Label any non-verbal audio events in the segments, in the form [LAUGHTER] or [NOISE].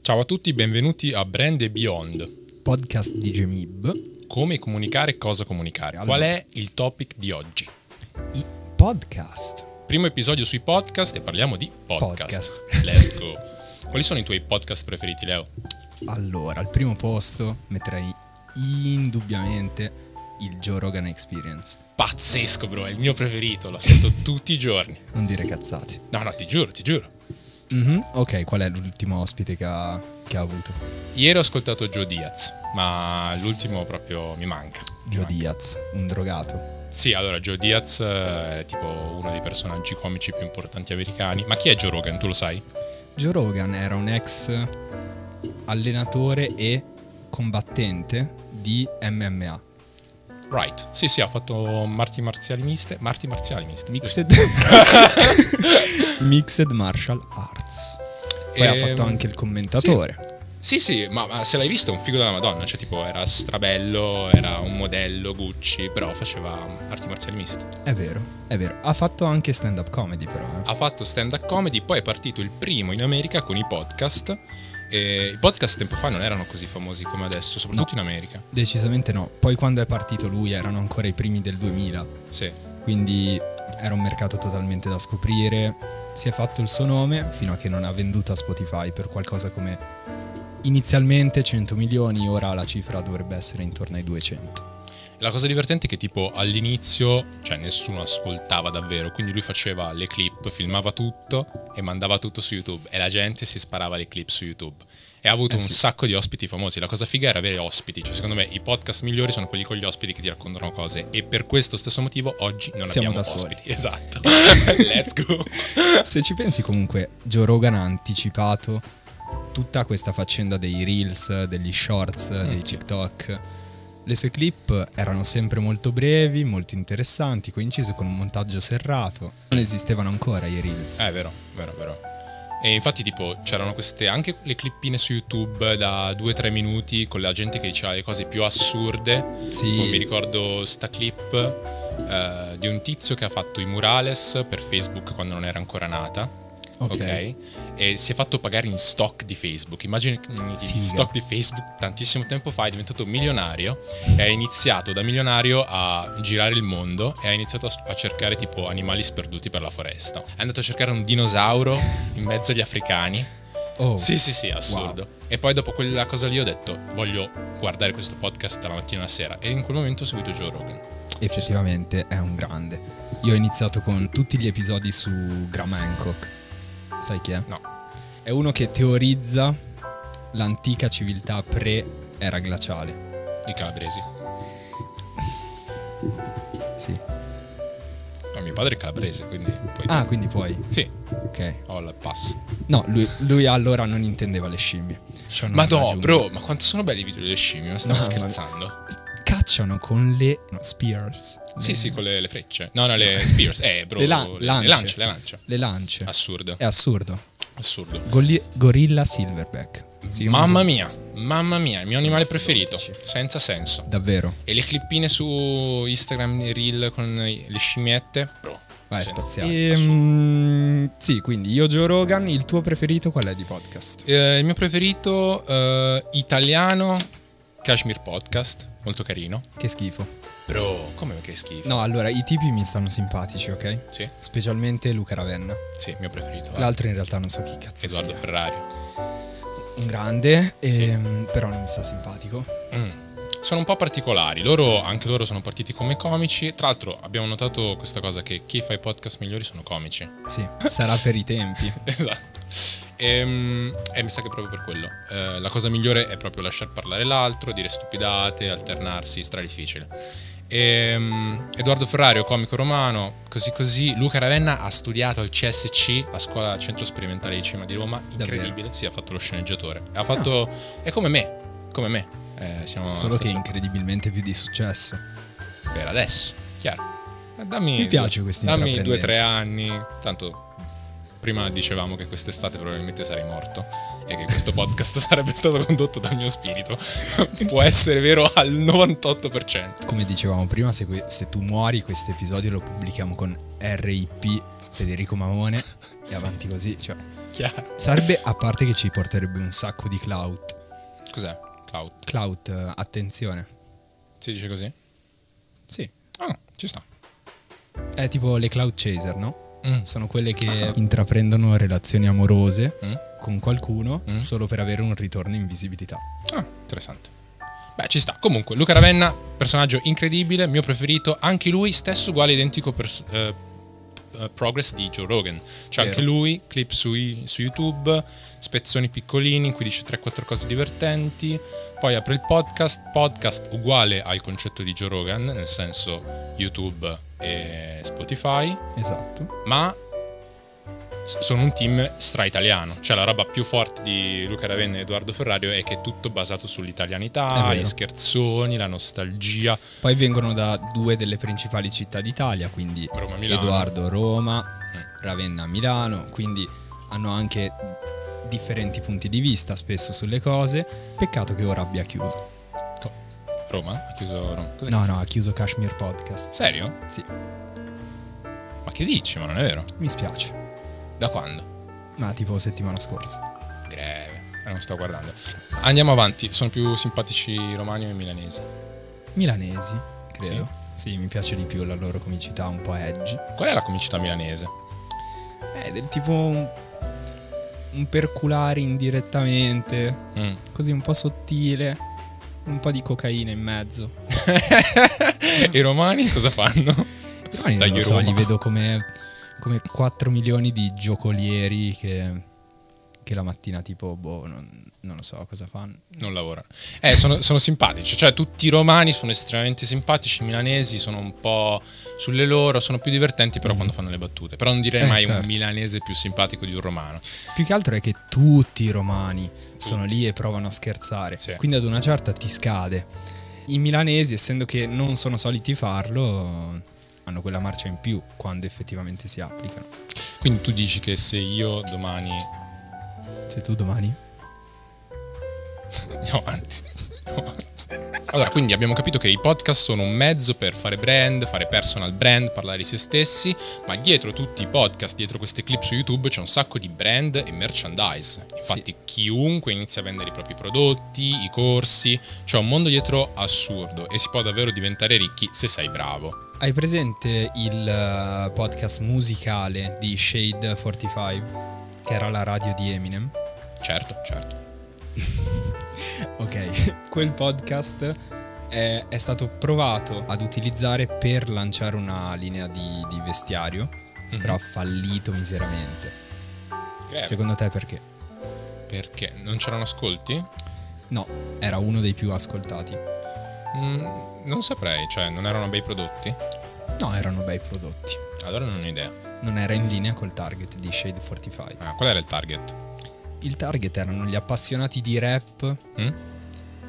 Ciao a tutti, benvenuti a Brand e Beyond. podcast di Gemib. Come comunicare e cosa comunicare? Allora. Qual è il topic di oggi? I podcast. Primo episodio sui podcast e parliamo di podcast. Podcast. Let's go. Quali sono i tuoi podcast preferiti, Leo? Allora, al primo posto metterei indubbiamente il Joe Rogan Experience. Pazzesco, bro, è il mio preferito, lo [LAUGHS] ascolto tutti i giorni. Non dire cazzate. No, no, ti giuro, ti giuro. Mhm, Ok, qual è l'ultimo ospite che ha, che ha avuto? Ieri ho ascoltato Joe Diaz, ma l'ultimo proprio mi manca. Mi Joe manca. Diaz, un drogato. Sì, allora Joe Diaz eh, è tipo uno dei personaggi comici più importanti americani. Ma chi è Joe Rogan? Tu lo sai? Joe Rogan era un ex allenatore e combattente di MMA. Right. Sì, sì, ha fatto marti marziali miste. Marti marziali miste. Mixed, [LAUGHS] Mixed Martial Arts. Poi ha fatto anche il commentatore. Sì, sì, ma, ma se l'hai visto è un figo della Madonna. Cioè, tipo, era strabello, era un modello Gucci, però faceva arti marziali miste. È vero, è vero. Ha fatto anche stand-up comedy, però. eh. Ha fatto stand-up comedy, poi è partito il primo in America con i podcast. E I podcast tempo fa non erano così famosi come adesso, soprattutto in America. Decisamente no. Poi quando è partito lui erano ancora i primi del 2000, Sì. quindi era un mercato totalmente da scoprire. Si è fatto il suo nome fino a che non ha venduto a Spotify per qualcosa come inizialmente 100 milioni, ora la cifra dovrebbe essere intorno ai 200. La cosa divertente è che tipo all'inizio, cioè nessuno ascoltava davvero, quindi lui faceva le clip, filmava tutto e mandava tutto su YouTube e la gente si sparava le clip su YouTube. E ha avuto Eh un sì. sacco di ospiti famosi. La cosa figa era avere ospiti, cioè secondo me i podcast migliori sono quelli con gli ospiti che ti raccontano cose e per questo stesso motivo oggi non Siamo abbiamo da soli. ospiti. [LAUGHS] [LAUGHS] Esatto. Let's go. Se ci pensi comunque, Joe Rogan ha anticipato tutta questa faccenda dei reels, degli shorts, sì. dei TikTok. Le sue clip erano sempre molto brevi, molto interessanti, coincise con un montaggio serrato. Non esistevano ancora i reels. Eh, è vero, vero, vero. E infatti, tipo, c'erano queste anche le clippine su YouTube da 2-3 minuti con la gente che diceva le cose più assurde. Sì. Tipo, mi ricordo sta clip eh, di un tizio che ha fatto i murales per Facebook quando non era ancora nata. Ok. ok? E si è fatto pagare in stock di Facebook. Immagini Figa. in stock di Facebook tantissimo tempo fa, è diventato milionario e ha iniziato da milionario a girare il mondo e ha iniziato a, a cercare tipo animali sperduti per la foresta. È andato a cercare un dinosauro in mezzo agli africani. Oh, Sì, sì, sì, assurdo. E poi dopo quella cosa lì ho detto, voglio guardare questo podcast dalla mattina alla sera. E in quel momento ho seguito Joe Rogan. effettivamente è un grande. Io ho iniziato con tutti gli episodi su Graham Hancock. Sai chi è? No, È uno che teorizza l'antica civiltà pre-era glaciale. i calabresi. Sì. Ma mio padre è calabrese, quindi poi... Ah, quindi puoi. Sì, Ok. ho il pass. No, lui, lui allora non intendeva le scimmie. Ciò Cioè, non Ma no, raggiunge. bro, ma quanto sono belli i video delle scimmie, ma stiamo Mamma mia. scherzando? Cacciano con le no, spears. Sì, le, sì, con le, le frecce. No, no, le spears. Eh, bro, Mm. Le la- le, lance. le lance, le lance. Cioè, le lance. Assurdo, È assurdo. assurdo. Golli- gorilla Silverback. Si chiama Mamma così. mia, mamma mia, il mio Sono animale stati preferito. identici. Senza senso. Davvero. E le clippine su Instagram, i reel con i- le scimmiette, bro. Vai, senza- spaziale. assurdo. Ehm, sì, quindi io Joe Rogan, il tuo preferito qual è di podcast? Eh, il mio preferito eh, italiano, Kashmir Podcast, molto carino. Che schifo. Bro, come che schifo. No, allora, i tipi mi stanno simpatici, ok? Sì, Specialmente Luca Ravenna. sì, mio preferito. va. L'altro in realtà non so chi cazzo Edoardo sia. Ferrari. Un grande, Sì. ehm, però non mi sta simpatico. Mm. Sono un po' particolari, loro, anche loro sono partiti come comici. Tra l'altro abbiamo notato questa cosa che chi fa i podcast migliori sono comici. Sì, sarà per i [LAUGHS] tempi. [LAUGHS] esatto. Ehm, E, mi sa che proprio per quello. Eh, la cosa migliore è proprio lasciar parlare l'altro, dire stupidate, alternarsi, stra difficile. Ehm, Edoardo Ferrario, comico romano, così così. Luca Ravenna ha studiato al CSC, la scuola centro sperimentale di cinema di Roma, incredibile. Sì, ha fatto lo sceneggiatore. Ha fatto... È come me, come me. Eh, siamo Ah. Solo stessa- che incredibilmente più di successo. per adesso, chiaro. Eh, Dammi, Mi piace questa dammi due o tre intraprendenza. anni. Tanto prima dicevamo che quest'estate probabilmente sarei morto e che questo podcast [LAUGHS] sarebbe stato condotto dal mio spirito. [LAUGHS] Può essere vero al 98%. Come dicevamo prima, se, que- se tu muori, questo episodio lo pubblichiamo con RIP Federico [LAUGHS] Mamone e avanti così. [LAUGHS] Cioè, Chiaro. sarebbe, a parte che ci porterebbe un sacco di clout. Cos'è? Cloud. Clout, eh, attenzione. Si dice così? Sì. Ah, ci sta. È tipo le cloud chaser, no? Mm. Sono quelle che Ah. intraprendono relazioni amorose Mm. con qualcuno Mm. solo per avere un ritorno in visibilità. Ah, interessante. Beh, ci sta. Comunque, Luca Ravenna, personaggio incredibile, mio preferito. Anche lui stesso uguale identico pers- eh, eh, progress di Joe Rogan. C'è Vero. anche lui, clip su, i- su YouTube, spezzoni piccolini in cui dice 3-4 cose divertenti. Poi apre il podcast, podcast uguale al concetto di Joe Rogan, nel senso YouTube e Spotify Esatto. ma s- sono un team stra-italiano. Cioè, la roba più forte di Luca Ravenna e Edoardo Ferrario è che è tutto basato È sull'italianità, vero. gli scherzoni, la nostalgia. Poi vengono da due delle principali città d'Italia, quindi Roma Milano. Edoardo Roma, Mm. Ravenna Milano, quindi hanno anche differenti punti di vista spesso sulle cose. Peccato che ora abbia chiuso. Co- Roma? Ha chiuso Roma. Cos'è? No, no, ha chiuso Kashmir Podcast. Serio? Sì, Ma che dici? Ma non è vero? mi spiace, Da quando? ma tipo settimana scorsa. Greve. Eh, Non sto guardando. Andiamo avanti. Sono più simpatici i romani o i milanesi. Milanesi, credo. Sì, mi piace di più la loro comicità un po' edgy. Qual è la comicità milanese? È del tipo un, un perculare indirettamente, [LAUGHS] Mm. così un po' sottile, un po' di cocaina in mezzo. I romani cosa fanno? Però io non Dagli lo so, Roma. li vedo come, come 4 milioni di giocolieri che, che la mattina tipo, boh, non, non lo so cosa fanno. Non lavorano. Eh, sono, sono simpatici, cioè tutti i romani sono estremamente simpatici, i milanesi sono un po' sulle loro, sono più divertenti però quando fanno le battute. Però non direi Mm. Eh, mai un certo. milanese più simpatico di un romano. Più che altro è che tutti i romani sono lì e provano a scherzare, Sì. quindi ad una certa ti scade. I milanesi, essendo che non sono soliti farlo, hanno quella marcia in più quando effettivamente si applicano. Quindi tu dici che se io domani Se tu domani... andiamo avanti. Andiamo avanti. Allora, quindi abbiamo capito che i podcast sono un mezzo per fare brand, fare personal brand, parlare di se stessi, ma dietro tutti i podcast, dietro queste clip su YouTube c'è un sacco di brand e merchandise. Infatti chiunque inizia a vendere i propri prodotti, i corsi, c'è un mondo dietro assurdo e si può davvero diventare ricchi se sei bravo. Hai presente il eh, podcast musicale di Shade 45, che era la radio di Eminem? Certo, certo. Ok, [LAUGHS] quel podcast è, è stato provato ad utilizzare per lanciare una linea di, di vestiario, Mhm. però ha fallito miseramente. Greve. Secondo te perché? Perché non c'erano ascolti? No, era uno dei più ascoltati. Mm, non saprei, cioè non erano bei prodotti. No, erano bei prodotti. Allora non ho idea. Non era in linea col target di Shade 45. Ah, qual era il target? Il target erano gli appassionati di rap, Mm?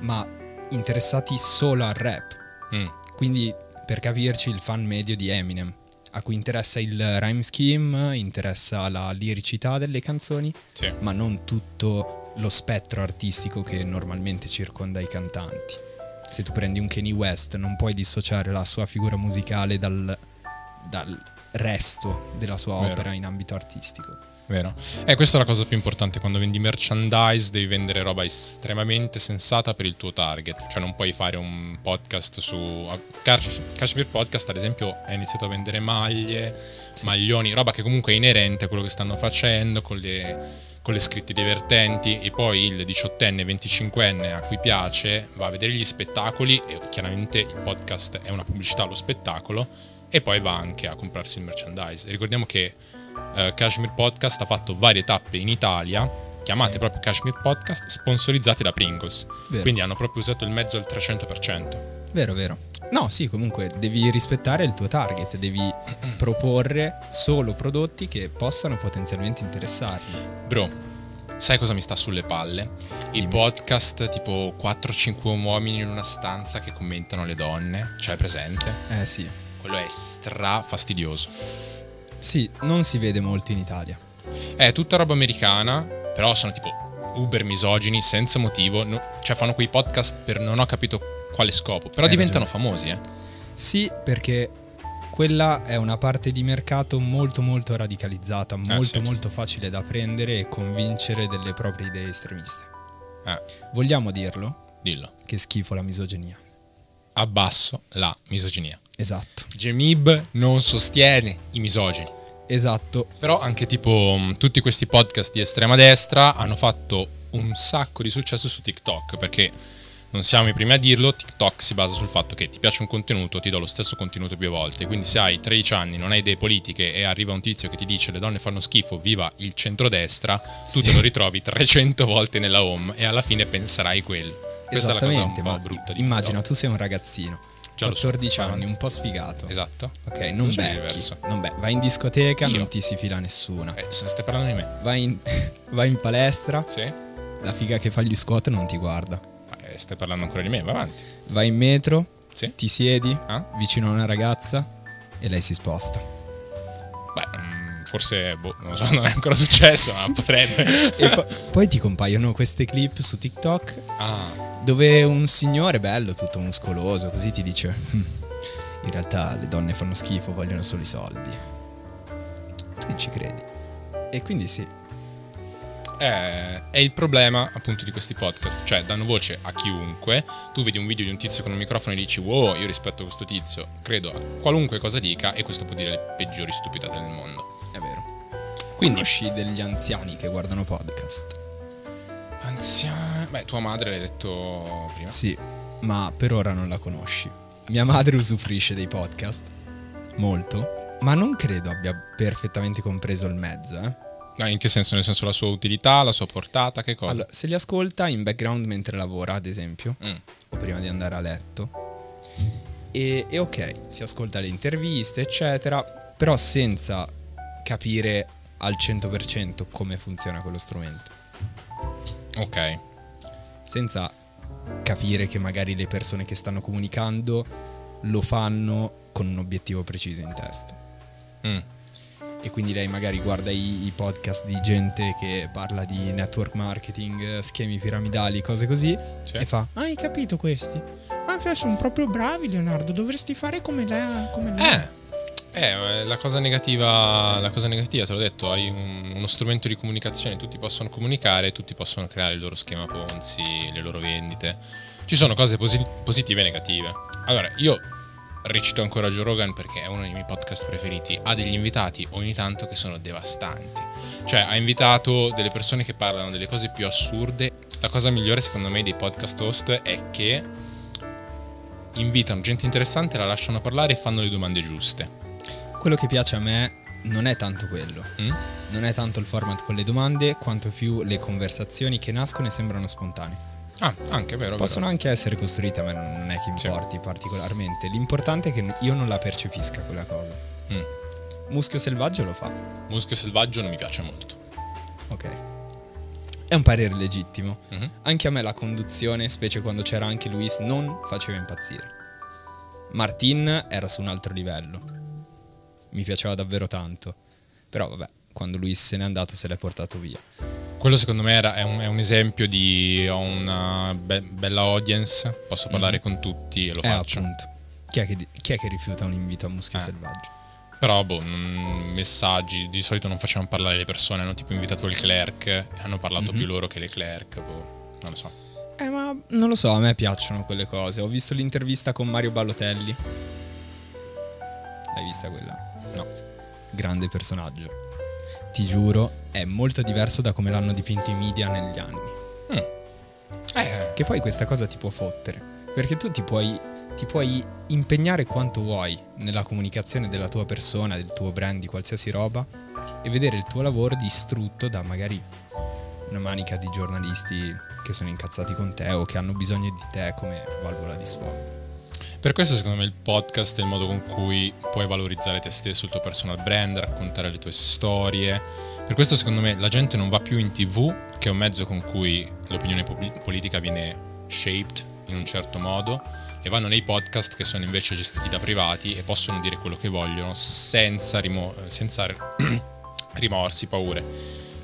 ma interessati solo al rap. Mm. Quindi, per capirci, il fan medio di Eminem, a cui interessa il rhyme scheme, interessa la liricità delle canzoni, Sì. ma non tutto lo spettro artistico che normalmente circonda i cantanti. Se tu prendi un Kanye West, non puoi dissociare la sua figura musicale dal, dal resto della sua Vero. opera in ambito artistico. Vero. Eh, questa è la cosa più importante. Quando vendi merchandise devi vendere roba estremamente sensata per il tuo target. Cioè non puoi fare un podcast su... Cash- Cashmere Podcast ad esempio ha iniziato a vendere maglie, maglioni, roba che comunque è inerente a quello che stanno facendo, con le, con le scritte divertenti. E poi il 18enne, 25enne a cui piace va a vedere gli spettacoli e chiaramente il podcast è una pubblicità allo spettacolo e poi va anche a comprarsi il merchandise. Ricordiamo che eh, Kashmir Podcast ha fatto varie tappe in Italia, chiamate Sì. proprio Kashmir Podcast, sponsorizzate da Pringles. Vero. Quindi hanno proprio usato il mezzo al 300%. Vero, vero. No, sì, comunque devi rispettare il tuo target, devi proporre solo prodotti che possano potenzialmente interessarli. Bro, sai cosa mi sta sulle palle? I Dimmi. podcast tipo 4-5 uomini in una stanza che commentano le donne, cioè presente? Eh sì. Quello è stra fastidioso. Sì, non si vede molto in Italia. È tutta roba americana, però sono tipo uber misogini senza motivo, no- cioè fanno quei podcast per non ho capito quale scopo, però Hai diventano ragione. famosi, eh. Sì, perché quella è una parte di mercato molto molto radicalizzata, molto Ah, sì. molto facile da prendere e convincere delle proprie idee estremiste. Eh, Vogliamo dirlo? dillo. Che schifo la misoginia. Abbasso la misoginia. Esatto. Gemib non sostiene i misogini. Esatto. Però anche tipo mh, tutti questi podcast di estrema destra hanno fatto un sacco di successo su TikTok perché non siamo i primi a dirlo, TikTok si basa sul fatto che ti piace un contenuto, ti do lo stesso contenuto più volte, quindi se hai 13 anni, non hai idee politiche e arriva un tizio che ti dice le donne fanno schifo, viva il centrodestra, tu te lo ritrovi 300 volte nella home e alla fine penserai quello. Questa è la cosa un Esattamente, po' ma brutta di immagina, TikTok. tu sei un ragazzino, Già lo so, 14 anni, 40. un po' sfigato. Esatto. Ok, non Cosa c'è di becchi, diverso? non be- vai in discoteca, Io? non ti si fila nessuna. Eh, se stai parlando di me. Vai in, [LAUGHS] vai in palestra, Sì? la figa che fa gli squat non ti guarda. Ma, eh, stai parlando ancora di me, va avanti. Vai in metro, Sì? ti siedi Ah? vicino a una ragazza e lei si sposta. Beh, mm, forse boh, non lo so, [LAUGHS] non è ancora successo, ma potrebbe. [LAUGHS] E po- poi ti compaiono queste clip su TikTok Ah, dove un signore bello, tutto muscoloso, così ti dice "Hm, in realtà le donne fanno schifo, vogliono solo i soldi. Tu non ci credi. E quindi sì, eh, è, è il problema appunto di questi podcast, cioè danno voce a chiunque. Tu vedi un video di un tizio con un microfono e dici "Wow, io rispetto questo tizio, credo a qualunque cosa dica" e questo può dire le peggiori stupidate del mondo. è vero. Quindi Conosci degli anziani che guardano podcast? anziano, beh, tua madre l'hai detto prima. Sì, ma per ora non la conosci. Mia madre usufruisce dei podcast, molto, ma non credo abbia perfettamente compreso il mezzo, eh. Ah, in che senso? Nel senso la sua utilità, la sua portata, che cosa? Allora, se li ascolta in background mentre lavora, ad esempio, Mm, o prima di andare a letto, e, e ok, si ascolta le interviste, eccetera, però senza capire al 100% come funziona quello strumento, ok. senza capire che magari le persone che stanno comunicando lo fanno con un obiettivo preciso in testa. Mm, E quindi lei magari guarda i, i podcast di gente che parla di network marketing, schemi piramidali, cose così, sì. e fa: Ah, Hai capito questi? Ma sono proprio bravi, Leonardo. Dovresti fare come lei. Come Eh, eh, la cosa negativa, la cosa negativa, te l'ho detto, hai un- uno strumento di comunicazione, tutti possono comunicare, tutti possono creare il loro schema Ponzi, le loro vendite. Ci sono cose posi- positive e negative. Allora, io recito ancora Joe Rogan perché è uno dei miei podcast preferiti. Ha degli invitati ogni tanto che sono devastanti. Cioè, ha invitato delle persone che parlano delle cose più assurde. La cosa migliore, secondo me, dei podcast host è che invitano gente interessante, la lasciano parlare e fanno le domande giuste. Quello che piace a me non è tanto quello. Mm? Non è tanto il format con le domande, quanto più le conversazioni che nascono e sembrano spontanee. Ah, anche vero. Possono anche essere costruite, a me non non è che Sì. importi particolarmente. L'importante è che io non la percepisca quella cosa. Mm. Muschio selvaggio lo fa. vero. Muschio selvaggio non mi piace molto. Ok. È un parere legittimo. Mhm. Anche a me la conduzione, specie quando c'era anche Luis, non faceva impazzire. Martin era su un altro livello. Mi piaceva davvero tanto. Però vabbè, quando Luis se n'è andato se l'è portato via. Quello secondo me era- è, un, è un esempio di ho una be- bella audience, posso parlare Mhm. con tutti e lo Eh, faccio. appunto. Chi è, che, di- chi è che rifiuta un invito a Muschio Eh. Selvaggio? Però, boh, mm, messaggi, di solito non facciamo parlare le persone, hanno tipo invitato il clerk, e hanno parlato Mhm. più loro che le clerk, boh, non lo so. Eh, ma non lo so, a me piacciono quelle cose. Ho visto l'intervista con Mario Ballotelli. L'hai vista quella? No. Grande personaggio. Ti giuro, è molto diverso da come l'hanno dipinto i media negli anni. Eh, Che poi questa cosa ti può fottere. Perché tu ti puoi, ti puoi impegnare quanto vuoi nella comunicazione della tua persona, del tuo brand, di qualsiasi roba, e vedere il tuo lavoro distrutto da magari una manica di giornalisti che sono incazzati con te o che hanno bisogno di te come valvola di sfogo. Per questo secondo me il podcast è il modo con cui puoi valorizzare te stesso, il tuo personal brand, raccontare le tue storie. Per questo secondo me la gente non va più in tv, che è un mezzo con cui l'opinione pub- politica viene shaped in un certo modo, e vanno nei podcast che sono invece gestiti da privati e possono dire quello che vogliono senza, rimo- senza [CLEARS THROAT] rimorsi, paure.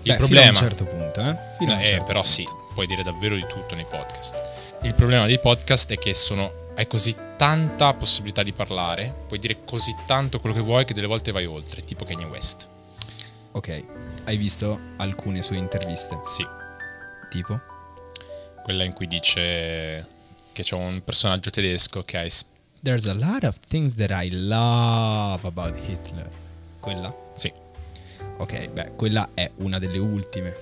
Il Beh, problema... Fino a un certo punto, eh? Fino a un Eh, certo però sì, puoi dire davvero di tutto nei podcast. Il problema dei podcast è che sono hai così tanta possibilità di parlare, puoi dire così tanto quello che vuoi che delle volte vai oltre, tipo Kanye West. Ok, hai visto alcune sue interviste? Sì, Tipo? quella in cui dice che c'è un personaggio tedesco che ha es- There's a lot of things that I love about Hitler. Quella? sì, Ok, beh, quella è una delle ultime.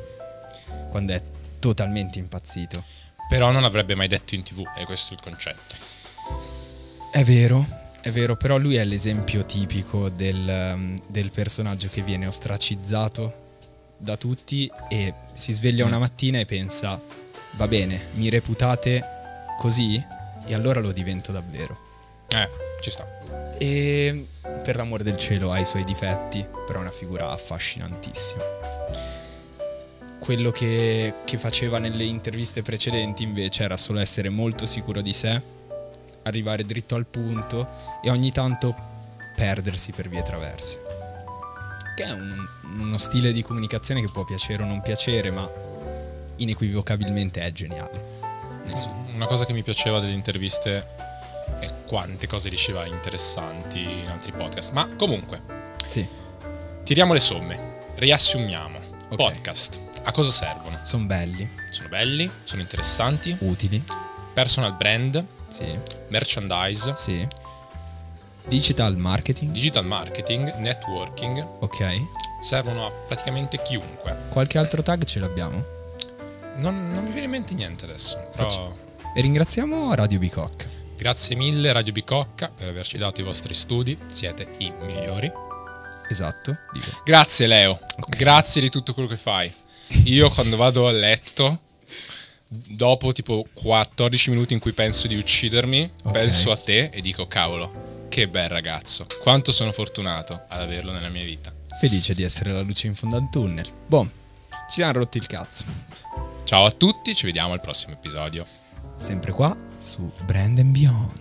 Quando è totalmente impazzito. però non l'avrebbe mai detto in TV, e questo è il concetto. È vero, è vero, però lui è l'esempio tipico del, ehm, del personaggio che viene ostracizzato da tutti e si sveglia una mattina e pensa, va bene, mi reputate così e allora lo divento davvero. Eh, ci sta. E Ehm, per l'amor del cielo ha i suoi difetti, però è una figura affascinantissima. Quello che, che faceva nelle interviste precedenti invece era solo essere molto sicuro di sé, arrivare dritto al punto e ogni tanto perdersi per vie traverse. Che è un- uno stile di comunicazione che può piacere o non piacere, ma inequivocabilmente è geniale. Nel suo- Una cosa che mi piaceva delle interviste è quante cose diceva interessanti in altri podcast. Ma comunque, Sì, tiriamo le somme, riassumiamo. Ok. Podcast, a cosa servono? sono belli, Sono belli, sono interessanti, utili. personal brand, Sì, merchandise, sì. Digital marketing. digital marketing, networking, Ok. servono a praticamente chiunque. Qualche altro tag ce l'abbiamo? Non, non mi viene in mente niente adesso, però Faccio- E ringraziamo Radio Bicocca. grazie mille Radio Bicocca per averci dato i vostri studi, siete i migliori. Esatto, dico. Grazie Leo, grazie di tutto quello che fai. Io quando vado a letto, dopo tipo 14 minuti in cui penso di uccidermi, Ok. penso a te e dico cavolo, che bel ragazzo, quanto sono fortunato ad averlo nella mia vita. Felice di essere la luce in fondo al tunnel. Boh, ci hanno rotti il cazzo. Ciao a tutti, ci vediamo al prossimo episodio. Sempre qua su Brand and Beyond.